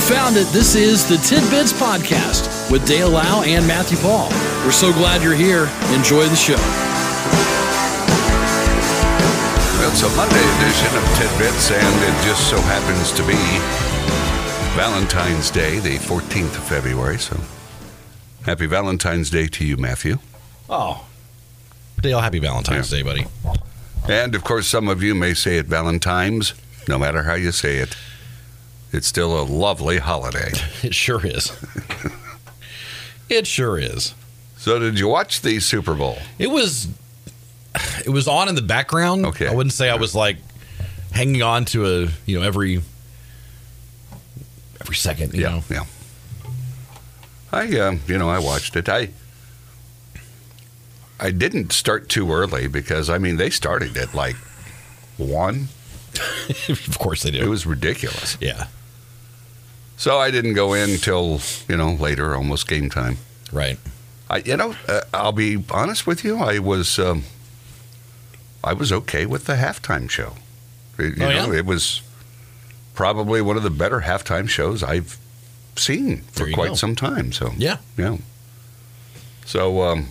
found it. This is the Tidbits Podcast with Dale Lau and Matthew Paul. We're so glad you're here. Enjoy the show. It's a Monday edition of Tidbits, and it just so happens to be Valentine's Day, the 14th of February. So happy Valentine's Day to you, Matthew. Oh. Dale, happy Valentine's Day, buddy. And of course, some of you may say it Valentine's, no matter how you say it. It's still a lovely holiday. It sure is. it sure is. So, did you watch the Super Bowl? It was it was on in the background. Okay. I wouldn't say I was like hanging on to a, you know, every every second, you know. yeah. I, um, you know, I watched it. I, I didn't start too early because I mean they started at like one. of course they do. It was ridiculous. yeah. So I didn't go in till you know later, almost game time. Right. I, you know, uh, I'll be honest with you. I was, um, I was okay with the halftime show. It, you Oh, yeah? know, it was probably one of the better halftime shows I've seen There for you quite go. some time. So Yeah. yeah. So um,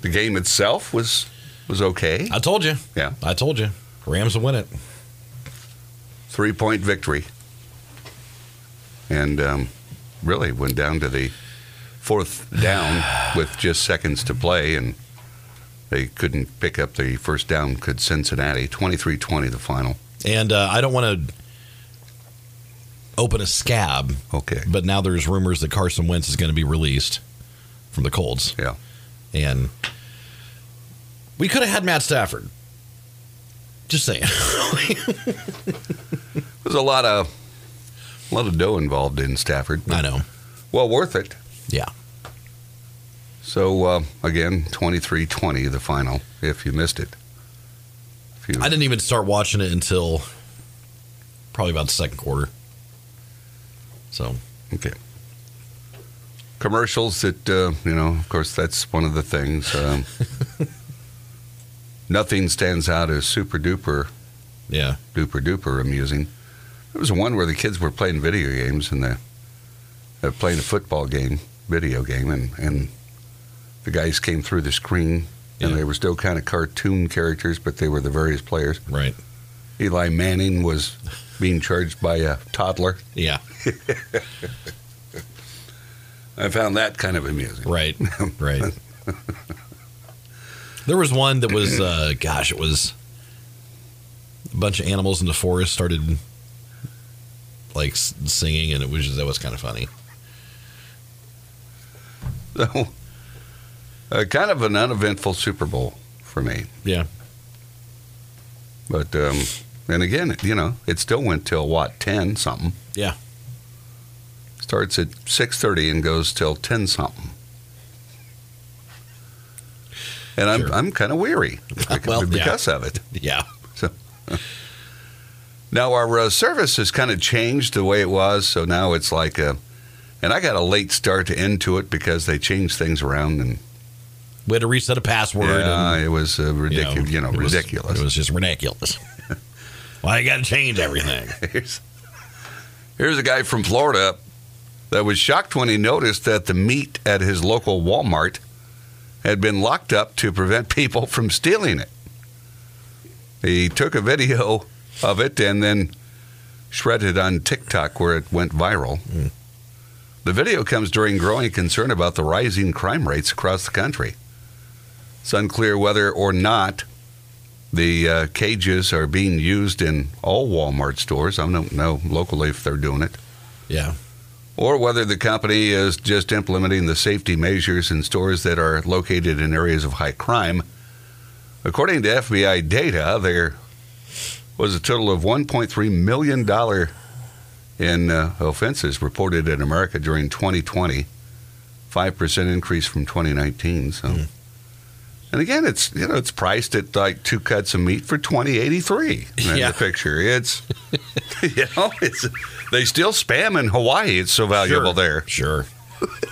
the game itself was was okay. I told you. Yeah. I told you. Rams will win it. Three point victory, and um, really went down to the fourth down with just seconds to play, and they couldn't pick up the first down. Could Cincinnati 23-20 the final? And uh, I don't want to open a scab, Okay, but now there's rumors that Carson Wentz is going to be released from the Colts. yeah, And we could have had Matt Stafford. Just saying. there's a lot of a lot of dough involved in Stafford. but I know. Well worth it. Yeah. So uh, again, 23-20 the final. If you missed it, if you, I didn't even start watching it until probably about the second quarter. So, okay. Commercials that uh, you know, of course, that's one of the things. Um, nothing stands out as super duper yeah. duper duper amusing. There was one where the kids were playing video games and the they're playing a football game, video game, and and the guys came through the screen. And Yeah. they were still kind of cartoon characters, but they were the various players. Right. Eli Manning was being charged by a toddler. Yeah. I found that kind of amusing. Right. Right. there was one that was, uh, gosh, it was a bunch of animals in the forest started like s- singing, and it was just, that was kind of funny. So, uh, kind of an uneventful Super Bowl for me. Yeah. But, um, and again, you know, it still went till what, 10 something? Yeah. Starts at 6.30 and goes till 10 something. And I'm, Sure. Uh, I'm kind of weary beca- Well, yeah. because of it. Yeah. Now our uh, service has kind of changed the way it was, so now it's like a, and I got a late start to end to it because they changed things around and We had to reset a password. and- yeah, it was uh, ridiculous. You know, it was- ridiculous. it was just ridiculous. Why you got to change everything? here's, here's a guy from Florida that was shocked when he noticed that the meat at his local Walmart had been locked up to prevent people from stealing it. He took a video of it and then shredded on TikTok where it went viral. Hmm. The video comes during growing concern about the rising crime rates across the country. It's unclear whether or not the uh, cages are being used in all Walmart stores. I don't know locally if they're doing it, Yeah, or whether the company is just implementing the safety measures in stores that are located in areas of high crime. According to FBI data, there was a total of $1.3 million in uh, offenses reported in America during 2020, 5% increase from 2019. So. And again, it's you know it's priced at like two cuts of meat for twenty eighty three. Yeah. The picture, it's you know it's they still spam in Hawaii. It's so valuable there. Sure.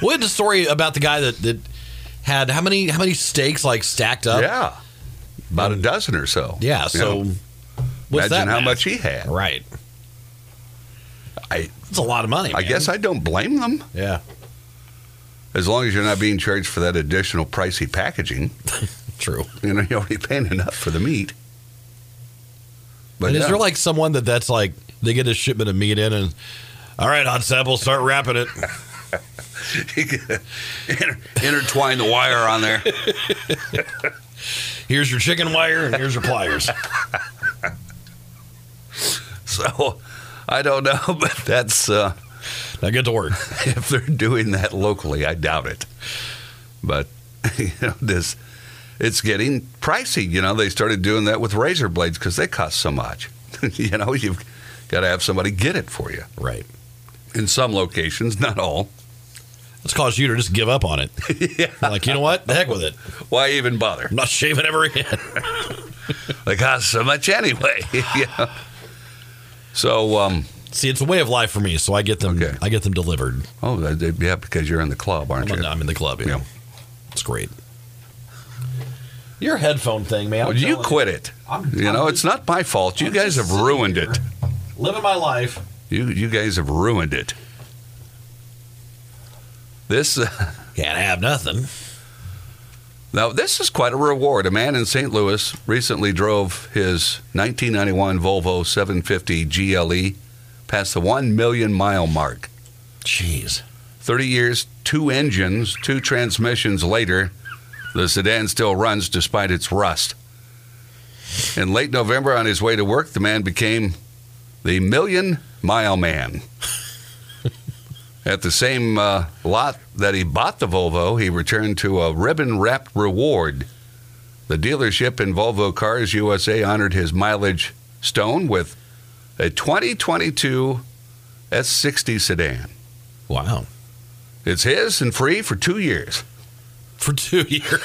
we had the story about the guy that, that had how many how many steaks like stacked up? Yeah, about a dozen or so. Yeah, You so know, what's imagine that how math? much he had. Right. I, It's a lot of money. I man. guess I don't blame them. Yeah. As long as you're not being charged for that additional pricey packaging, True. you know, you're already paying enough for the meat. and is yeah. there like someone that that's like they get a shipment of meat in and all right, hot sample, start wrapping it. Inter- intertwine the wire on there. Here's your chicken wire and here's your pliers. So I don't know, but that's uh, Now get to work. if they're doing that locally, I doubt it. But you know, this it's getting pricey. You know, they started doing that with razor blades because they cost so much. you know, you've got to have somebody get it for you. Right. In some locations, not all. It's caused you to just give up on it. Like, you know what? The heck with it. Why even bother? I'm not shaving ever again. They cost so much anyway. you know? So, um, See, it's a way of life for me, so I get them Okay. I get them delivered. oh, they- they- yeah, because you're in the club, aren't I'm, you? I'm in the club, yeah. Yeah. It's great. Your headphone thing, man. Well, I'm you telling quit it. I'm- You I'm know, just- it's not my fault. You I'm guys just have sitting ruined here. it. Living my life. You you guys have ruined it. This uh, Can't have nothing. now this is quite a reward. A man in St. Louis recently drove his 1991 Volvo 750 GLE E past the 1 million mile mark. Jeez. 30 years, two engines, two transmissions later, the sedan still runs despite its rust. In late November, on his way to work, the man became the Million Mile Man. At the same uh, lot that he bought the Volvo, he returned to a ribbon wrapped reward. The dealership in Volvo Cars USA honored his mileage stone with a 2022 S60 sedan. Wow. It's his and free for two years. For two years.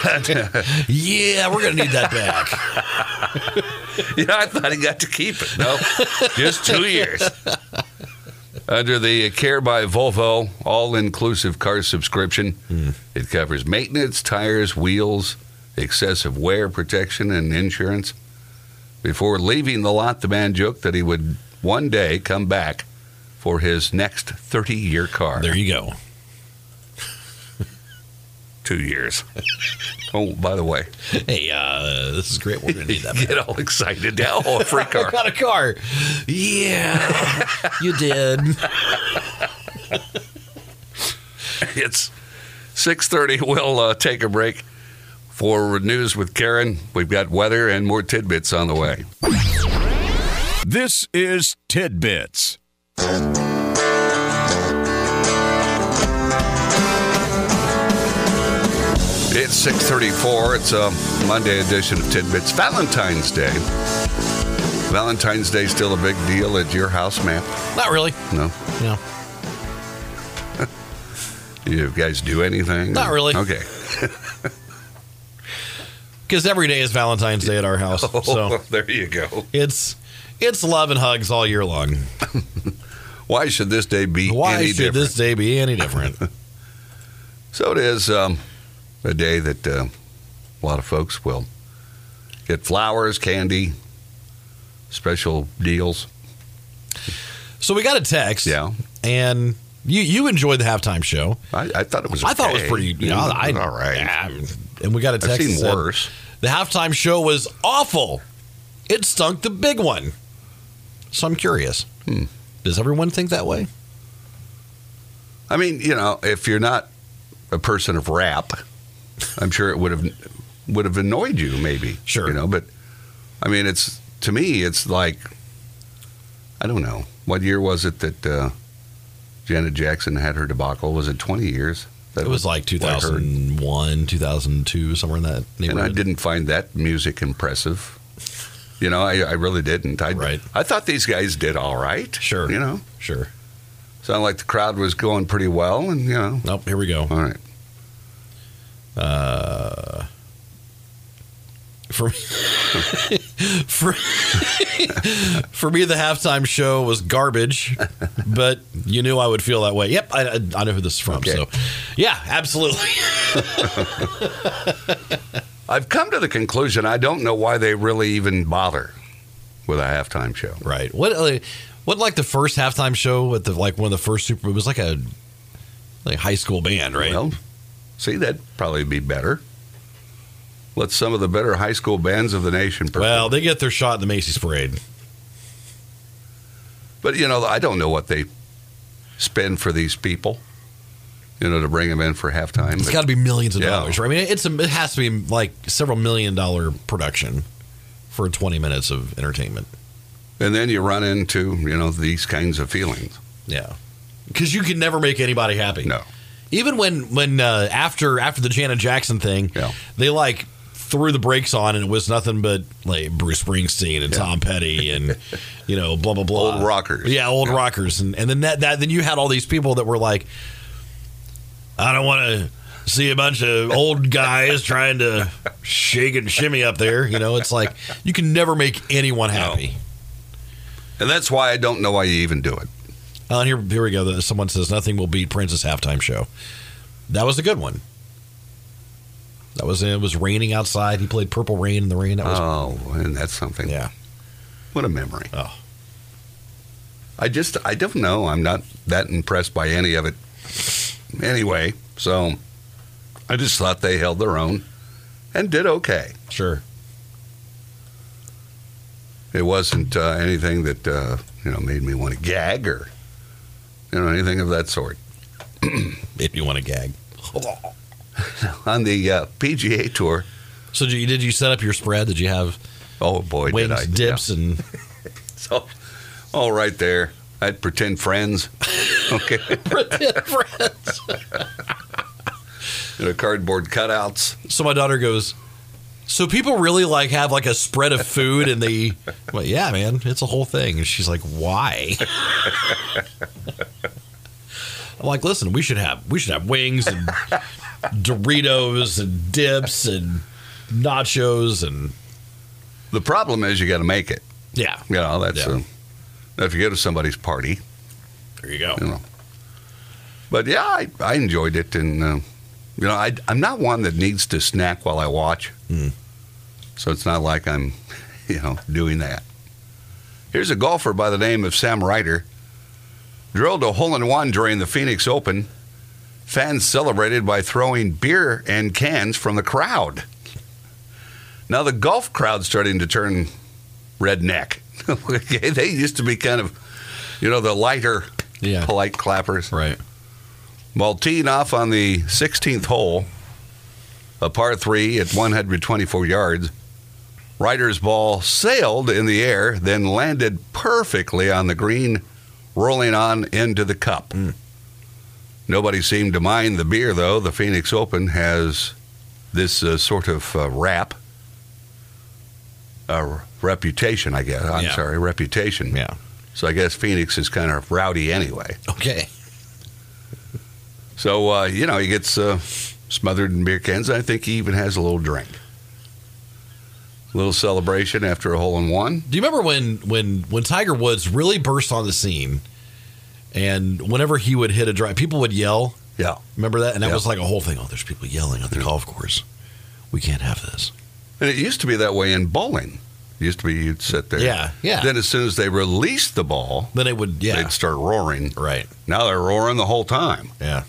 yeah, we're gonna need that back. You know, I thought he got to keep it. No, just two years. Under the Care by Volvo all inclusive car subscription, it covers maintenance, tires, wheels, excessive wear protection, and insurance. Before leaving the lot, the man joked that he would one day come back for his next 30 year car. There you go. Two years. oh, by the way, Hey, uh, this is great. We're gonna need that back. get all excited now. Oh, a free I car. got a car. Yeah, you did. It's 6:30. We'll uh, take a break for news with Karen. We've got weather and more tidbits on the way. This is Tidbits. It's 6:34. It's a Monday edition of Tidbits. Valentine's Day. Valentine's Day still a big deal at your house, man? Not really. No. No. You guys do anything? Not really. Okay. Because every day is Valentine's Day at our house, so there you go. it's it's love and hugs all year long. Why should this day be Why any should different? this day be any different? So it is um, a day that uh, a lot of folks will get flowers, candy, special deals. so we got a text. Yeah, and you you enjoyed the halftime show. I, I thought it was. I thought it was okay. pretty. You know, I, all right. Yeah, and we got a text. I've that seen said, worse. The halftime show was awful. It stunk the big one. So I'm curious. Hmm. Does everyone think that way? I mean, you know, if you're not a person of rap, I'm sure it would have would have annoyed you, maybe. Sure. you know. But I mean, it's to me, it's like I don't know. What year was it that uh, Janet Jackson had her debacle? Was it 20 years? That It was like what I heard. 2001, 2002, somewhere in that and I neighborhood. didn't find that music impressive. You know, I, I really didn't. I, Right. I thought these guys did all right. Sure. You know, Sure. sounded like the crowd was going pretty well, and you know, Nope. Here we go. all right. Uh, for me, for, for me, the halftime show was garbage, but you knew I would feel that way. Yep, I, I- I know who this is from. Okay. So, yeah, absolutely. I've come to the conclusion I don't know why they really even bother with a halftime show. Right. What? uh, Wasn't like the first halftime show at the like one of the first Super. It was like a like high school band, right? Well, see, that'd probably be better. Let some of the better high school bands of the nation perform. Well, they get their shot in the Macy's parade. But you know, I don't know what they spend for these people. You know, to bring them in for halftime. It's But got to be millions of Yeah. dollars. Right? I mean, it's a, it has to be like several million dollar production for 20 minutes of entertainment. and then you run into you know these kinds of feelings. Yeah, because you can never make anybody happy. No, Even when when uh, after after the Janet Jackson thing, Yeah. they like threw the brakes on and it was nothing but like Bruce Springsteen and Tom Petty and you know blah blah blah Old rockers. yeah old Yeah. rockers and and then that, that then you had all these people that were like I don't want to see a bunch of old guys trying to shake and shimmy up there you know it's like you can never make anyone happy. and that's why I don't know why you even do it. Oh, and here, here we go. Someone says nothing will beat Prince's halftime show. That was a good one. That was it. Was raining outside. He played Purple Rain in the rain. That was Oh, and that's something. yeah. What a memory. Oh. I just, I don't know. I'm not that impressed by any of it anyway. So I just thought they held their own and did okay. Sure. It wasn't uh, anything that, uh, you know, made me want to gag or, you know, anything of that sort. If you want to gag. On the uh, PGA Tour, So did you, did you set up your spread? Did you have oh boy, wings, did I. dips, and Yeah. So, all right there. I'd pretend friends. Okay. friends? you know, cardboard cutouts. So my daughter goes. So people really like have like a spread of food, and they, well, yeah, man, it's a whole thing. And she's like, why? I'm like, listen, we should have we should have wings and Doritos and dips and nachos and The problem is you got to make it. yeah, You know, that's Yeah. um if you go to somebody's party, there you go. you know. But yeah, I, I enjoyed it, and uh, you know, I, I'm not one that needs to snack while I watch, Mm. so it's not like I'm, you know, doing that. Here's a golfer by the name of Sam Ryder, drilled a hole in one during the Phoenix Open. Fans celebrated by throwing beer and cans from the crowd. Now the golf crowd's starting to turn redneck. okay, they used to be kind of, you know, the lighter, Yeah. polite clappers. Right. Maltine off on the 16th hole, a par three at 124 yards. Ryder's ball sailed in the air, then landed perfectly on the green, rolling on into the cup. Hmm. Nobody seemed to mind the beer, though. The Phoenix Open has this uh, sort of uh, rap, uh, reputation, I guess. I'm Yeah. sorry, reputation. Yeah. So I guess Phoenix is kind of rowdy anyway. Okay. So uh, you know he gets uh, smothered in beer cans. I think he even has a little drink. little celebration after a hole in one. Do you remember when when when Tiger Woods really burst on the scene, and whenever he would hit a drive, people would yell. Yeah, Remember that? And that Yeah. was like a whole thing. Oh, there's people yelling at the golf course. We can't have this. and it used to be that way in bowling. It used to be you'd sit there. Yeah, yeah. Then as soon as they released the ball, Then it would, yeah. they'd start roaring. Right. Now they're roaring the whole time. Yeah.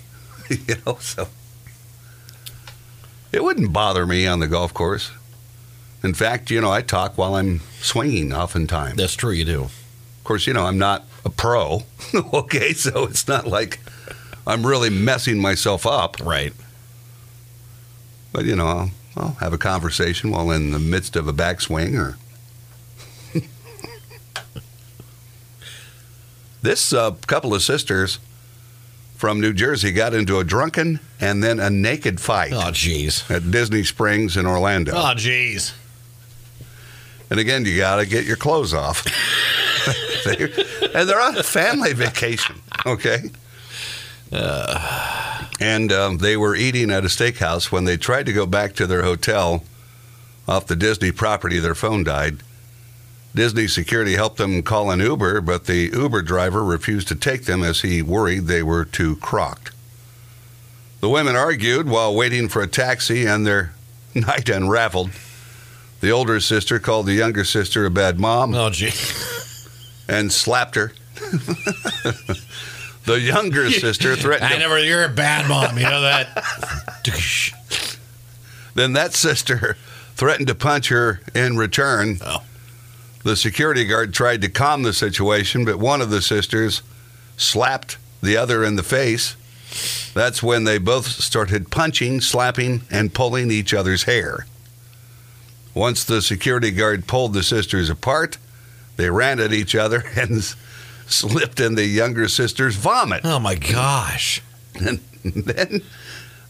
you know, so it wouldn't bother me on the golf course. In fact, you know, I talk while I'm swinging oftentimes. That's true. You do. Of course, you know, I'm not a pro. okay, so it's not like I'm really messing myself up. Right. But, you know, I'll, I'll have a conversation while in the midst of a backswing or. this uh, couple of sisters from New Jersey got into a drunken and then a naked fight Oh, jeez. at Disney Springs in Orlando. Oh, jeez. And again, you got to get your clothes off. They- and they're on a family vacation, okay? and um, they were eating at a steakhouse. When they tried to go back to their hotel off the Disney property, their phone died. Disney security helped them call an Uber, but the Uber driver refused to take them as he worried they were too crocked. The women argued while waiting for a taxi, and their night unraveled. The older sister called the younger sister a bad mom Oh, jeez. and slapped her. The younger sister threatened I him. never. You're a bad mom. You know that. Then that sister threatened to punch her in return. Oh. The security guard tried to calm the situation, but one of the sisters slapped the other in the face. That's when they both started punching, slapping, and pulling each other's hair. Once the security guard pulled the sisters apart, they ran at each other and s- slipped in the younger sister's vomit. oh my gosh. And then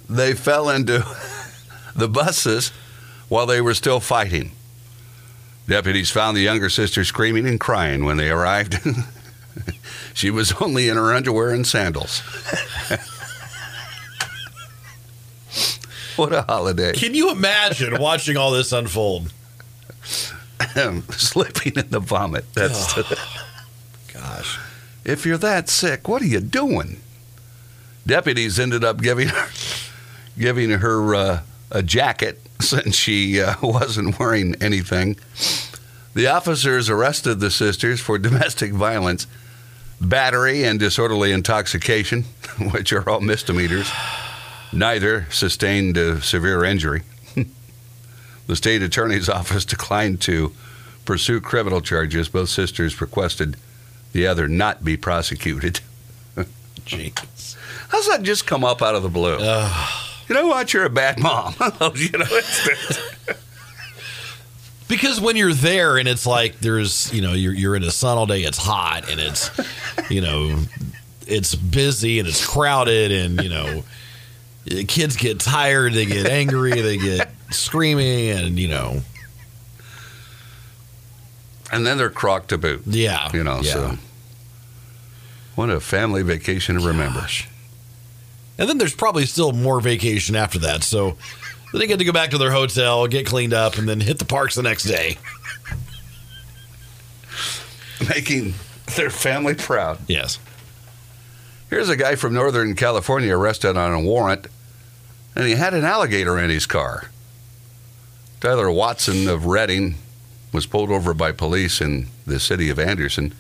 they fell into the buses while they were still fighting. Deputies found the younger sister screaming and crying when they arrived. she was only in her underwear and sandals. what a holiday. Can you imagine watching all this unfold? Slipping in the vomit. That's Gosh. If you're that sick, what are you doing? Deputies ended up giving her, giving her uh, a jacket since she uh, wasn't wearing anything. The officers arrested the sisters for domestic violence, battery, and disorderly intoxication, which are all misdemeanors. Neither sustained a severe injury. the state attorney's office declined to pursue criminal charges. Both sisters requested the other not be prosecuted. Gee. How's that just come up out of the blue? you know what? You're a bad mom. you know, it's- Because when you're there and it's like there's, you know, you're, you're in the sun all day, it's hot and it's, you know, it's busy and it's crowded and, you know, the kids get tired, they get angry, they get screaming and, you know, and then they're crock to boot. yeah. You know, yeah. so what a family vacation to remember. And then there's probably still more vacation after that. So then they get to go back to their hotel, get cleaned up, and then hit the parks the next day. Making their family proud. Yes. Here's a guy from Northern California arrested on a warrant, and he had an alligator in his car. Tyler Watson of Redding was pulled over by police in the city of Anderson.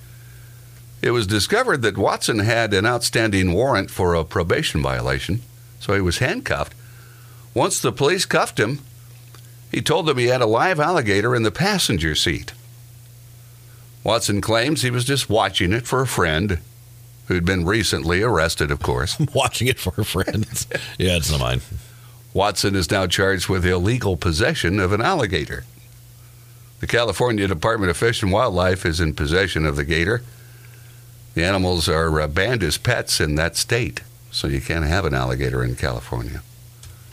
It was discovered that Watson had an outstanding warrant for a probation violation, so he was handcuffed. Once the police cuffed him, he told them he had a live alligator in the passenger seat. Watson claims he was just watching it for a friend who'd been recently arrested, of course. Watching it for a friend. yeah, it's not mine. Watson is now charged with illegal possession of an alligator. The California Department of Fish and Wildlife is in possession of the gator. The animals are uh, banned as pets in that state, so you can't have an alligator in California.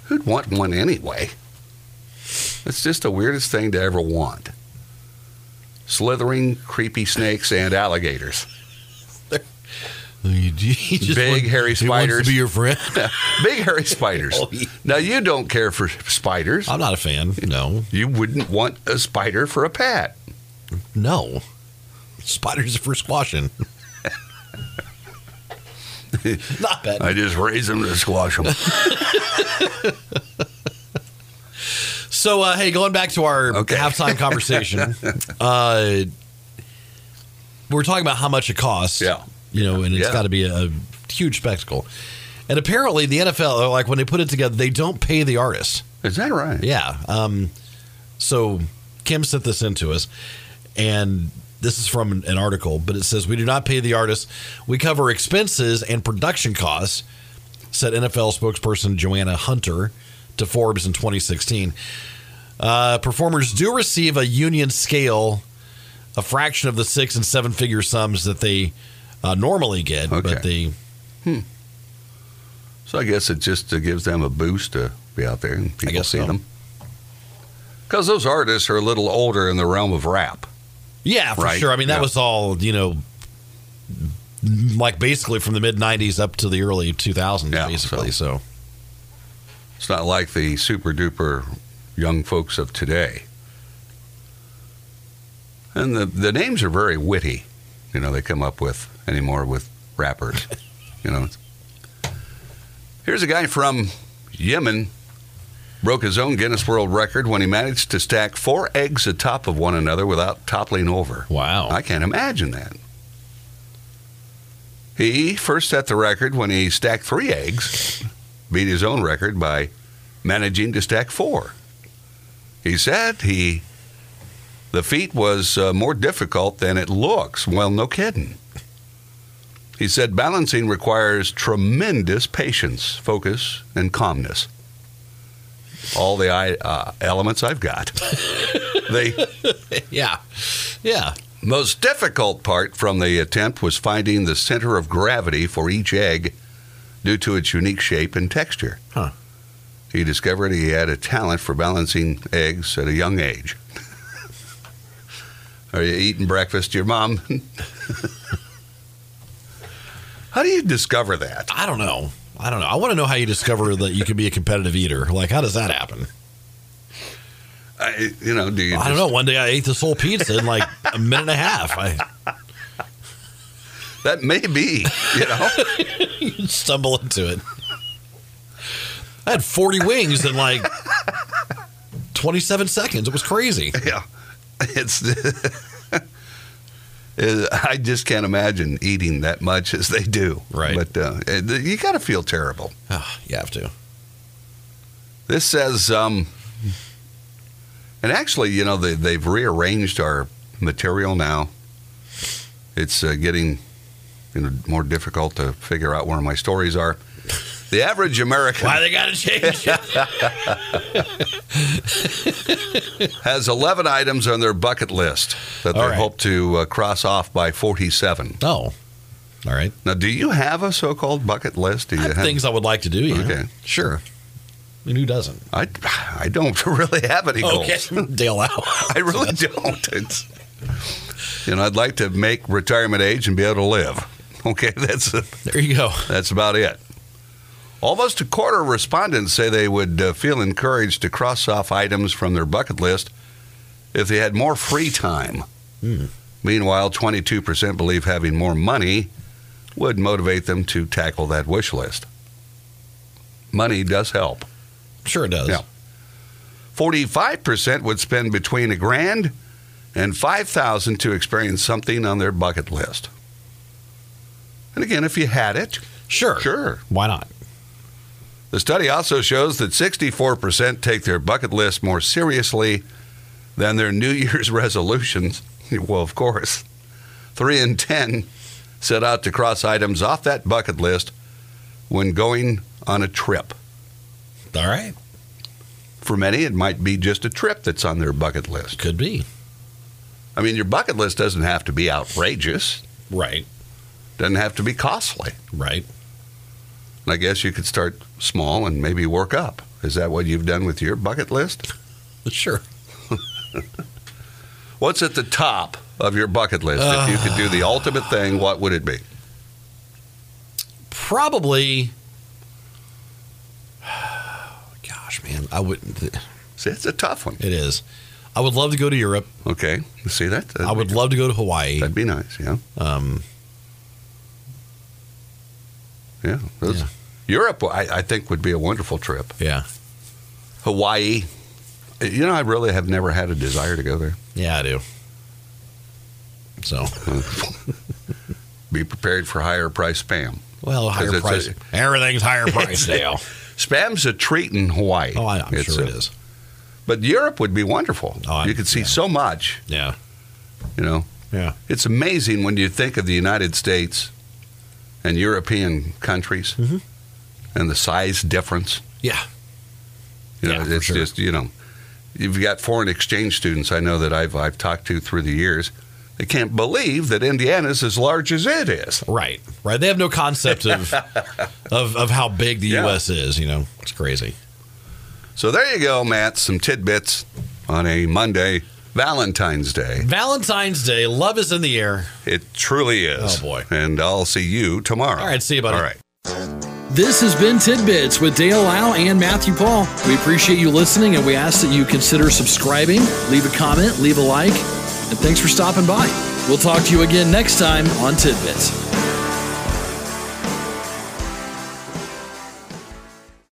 Who'd want one anyway? It's just the weirdest thing to ever want. Slithering, creepy snakes and alligators. You, you just Big, want- hairy he wants spiders. to be your friend. Big hairy spiders. Oh, yeah. Uh. Now, you don't care for spiders. I'm not a fan. No, You wouldn't want a spider for a pet. no. Spiders are for squashing. not bad. I just raise them to squash them. So, uh, hey, going back to our Okay. halftime conversation, uh, we're talking about how much it costs. Yeah. You know, and it's Yeah. got to be a huge spectacle. And apparently, the NFL, like when they put it together, they don't pay the artists. Is that right? Yeah. Um, so Kim sent this in to us, and this is from an article, but it says we do not pay the artists. We cover expenses and production costs, said NFL spokesperson Joanna Hunter to Forbes in 2016. Uh, performers do receive a union scale, a fraction of the six and seven figure sums that they uh, normally get, Okay. but they So I guess it just uh, gives them a boost to be out there and people guess see so. them. Because those artists are a little older in the realm of rap. Yeah, for Right, sure. I mean, that yeah. was all, you know, like basically from the mid 90s up to the early 2000s, Yeah, basically. So, It's not like the super duper young folks of today. And the, the names are very witty, you know, they come up with anymore with rappers, you know. Here's a guy from Yemen broke his own Guinness World Record when he managed to stack four eggs atop of one another without toppling over. wow. I can't imagine that. He first set the record when he stacked three eggs, beat his own record by managing to stack four. He said he the feat was uh, more difficult than it looks. Well, no kidding. He said balancing requires tremendous patience, focus, and calmness. All the I, uh, elements I've got. the Yeah. Yeah. most difficult part from the attempt was finding the center of gravity for each egg due to its unique shape and texture. Huh. He discovered he had a talent for balancing eggs at a young age. Are you eating breakfast, your mom? How do you discover that? I don't know. I don't know. I want to know how you discover that you can be a competitive eater. Like, how does that happen? I, you know, do you I don't know. just- One day I ate this whole pizza in like a minute and a half. I That may be, you know. stumble into it. I had 40 wings in like 27 seconds. It was crazy. yeah, it's. Is- I just can't imagine eating that much as they do. Right. But uh, it- you got to feel terrible. Ah, you have to. This says, um, and actually, you know, they, they've rearranged our material now. It's uh, getting you know, more difficult to figure out where my stories are. The average American Why they got to change it? has 11 items on their bucket list that they All right. hope to uh, cross off by 47. No. Oh. All right. Now, do you have a so called bucket list? Do you I have things I would like to do. Yeah. Okay. Sure. I mean, who doesn't? I, I don't really have any goals. Dale out. I really don't. It's, you know, I'd like to make retirement age and be able to live. Okay, that's There you go. that's about it. Almost a quarter of respondents say they would uh, feel encouraged to cross off items from their bucket list if they had more free time. Meanwhile, 22% believe having more money would motivate them to tackle that wish list. Money does help. Sure it does. Yeah. 45% would spend between a grand and 5000 to experience something on their bucket list. And again, if you had it, Sure. sure. Why not? The study also shows that 64% take their bucket list more seriously than their New Year's resolutions. Well, of course. 3 in 10 set out to cross items off that bucket list when going on a trip. All right. For many, it might be just a trip that's on their bucket list. Could be. I mean, your bucket list doesn't have to be outrageous, Right. doesn't have to be costly. Right. And I guess you could start small and maybe work up. Is that what you've done with your bucket list? Sure. What's at the top of your bucket list? if you could do Ah. the ultimate thing, what would it be? Probably. Gosh, man, I wouldn't. It See, it's a tough one. is. I would love to go to Europe. Okay, see that? That'd I would love to go to Hawaii. Be, that'd be nice. Yeah, Um, yeah. Those- Yeah. Europe, I, I think, would be a wonderful trip. yeah. Hawaii. You know, I really have never had a desire to go there. Yeah, I do. So, Be prepared for higher price spam. well, higher it's price. a- Everything's higher price now. Spam's a treat in Hawaii. Oh, I, I'm It's sure a- it is. But Europe would be wonderful. Oh, I- you could see yeah. so much, Yeah. you know. Yeah. It's amazing when you think of the United States and European countries Mhm. and the size difference. Yeah. You know, Yeah, for it's sure. just, you know, you've got foreign exchange students I know that I've I've talked to through the years. They can't believe that Indiana's as large as it is. Right. Right. They have no concept of of, of how big the Yeah. U.S. is. You know, it's crazy. So there you go, Matt, some tidbits on a Monday, Valentine's Day. Valentine's Day, love is in the air. It truly is. Oh, boy. And I'll see you tomorrow. All right, see you, buddy. All right. This has been Tidbits with Dale Lau and Matthew Paul. We appreciate you listening and we ask that you consider subscribing, leave a comment, leave a like, and thanks for stopping by. We'll talk to you again next time on Tidbits.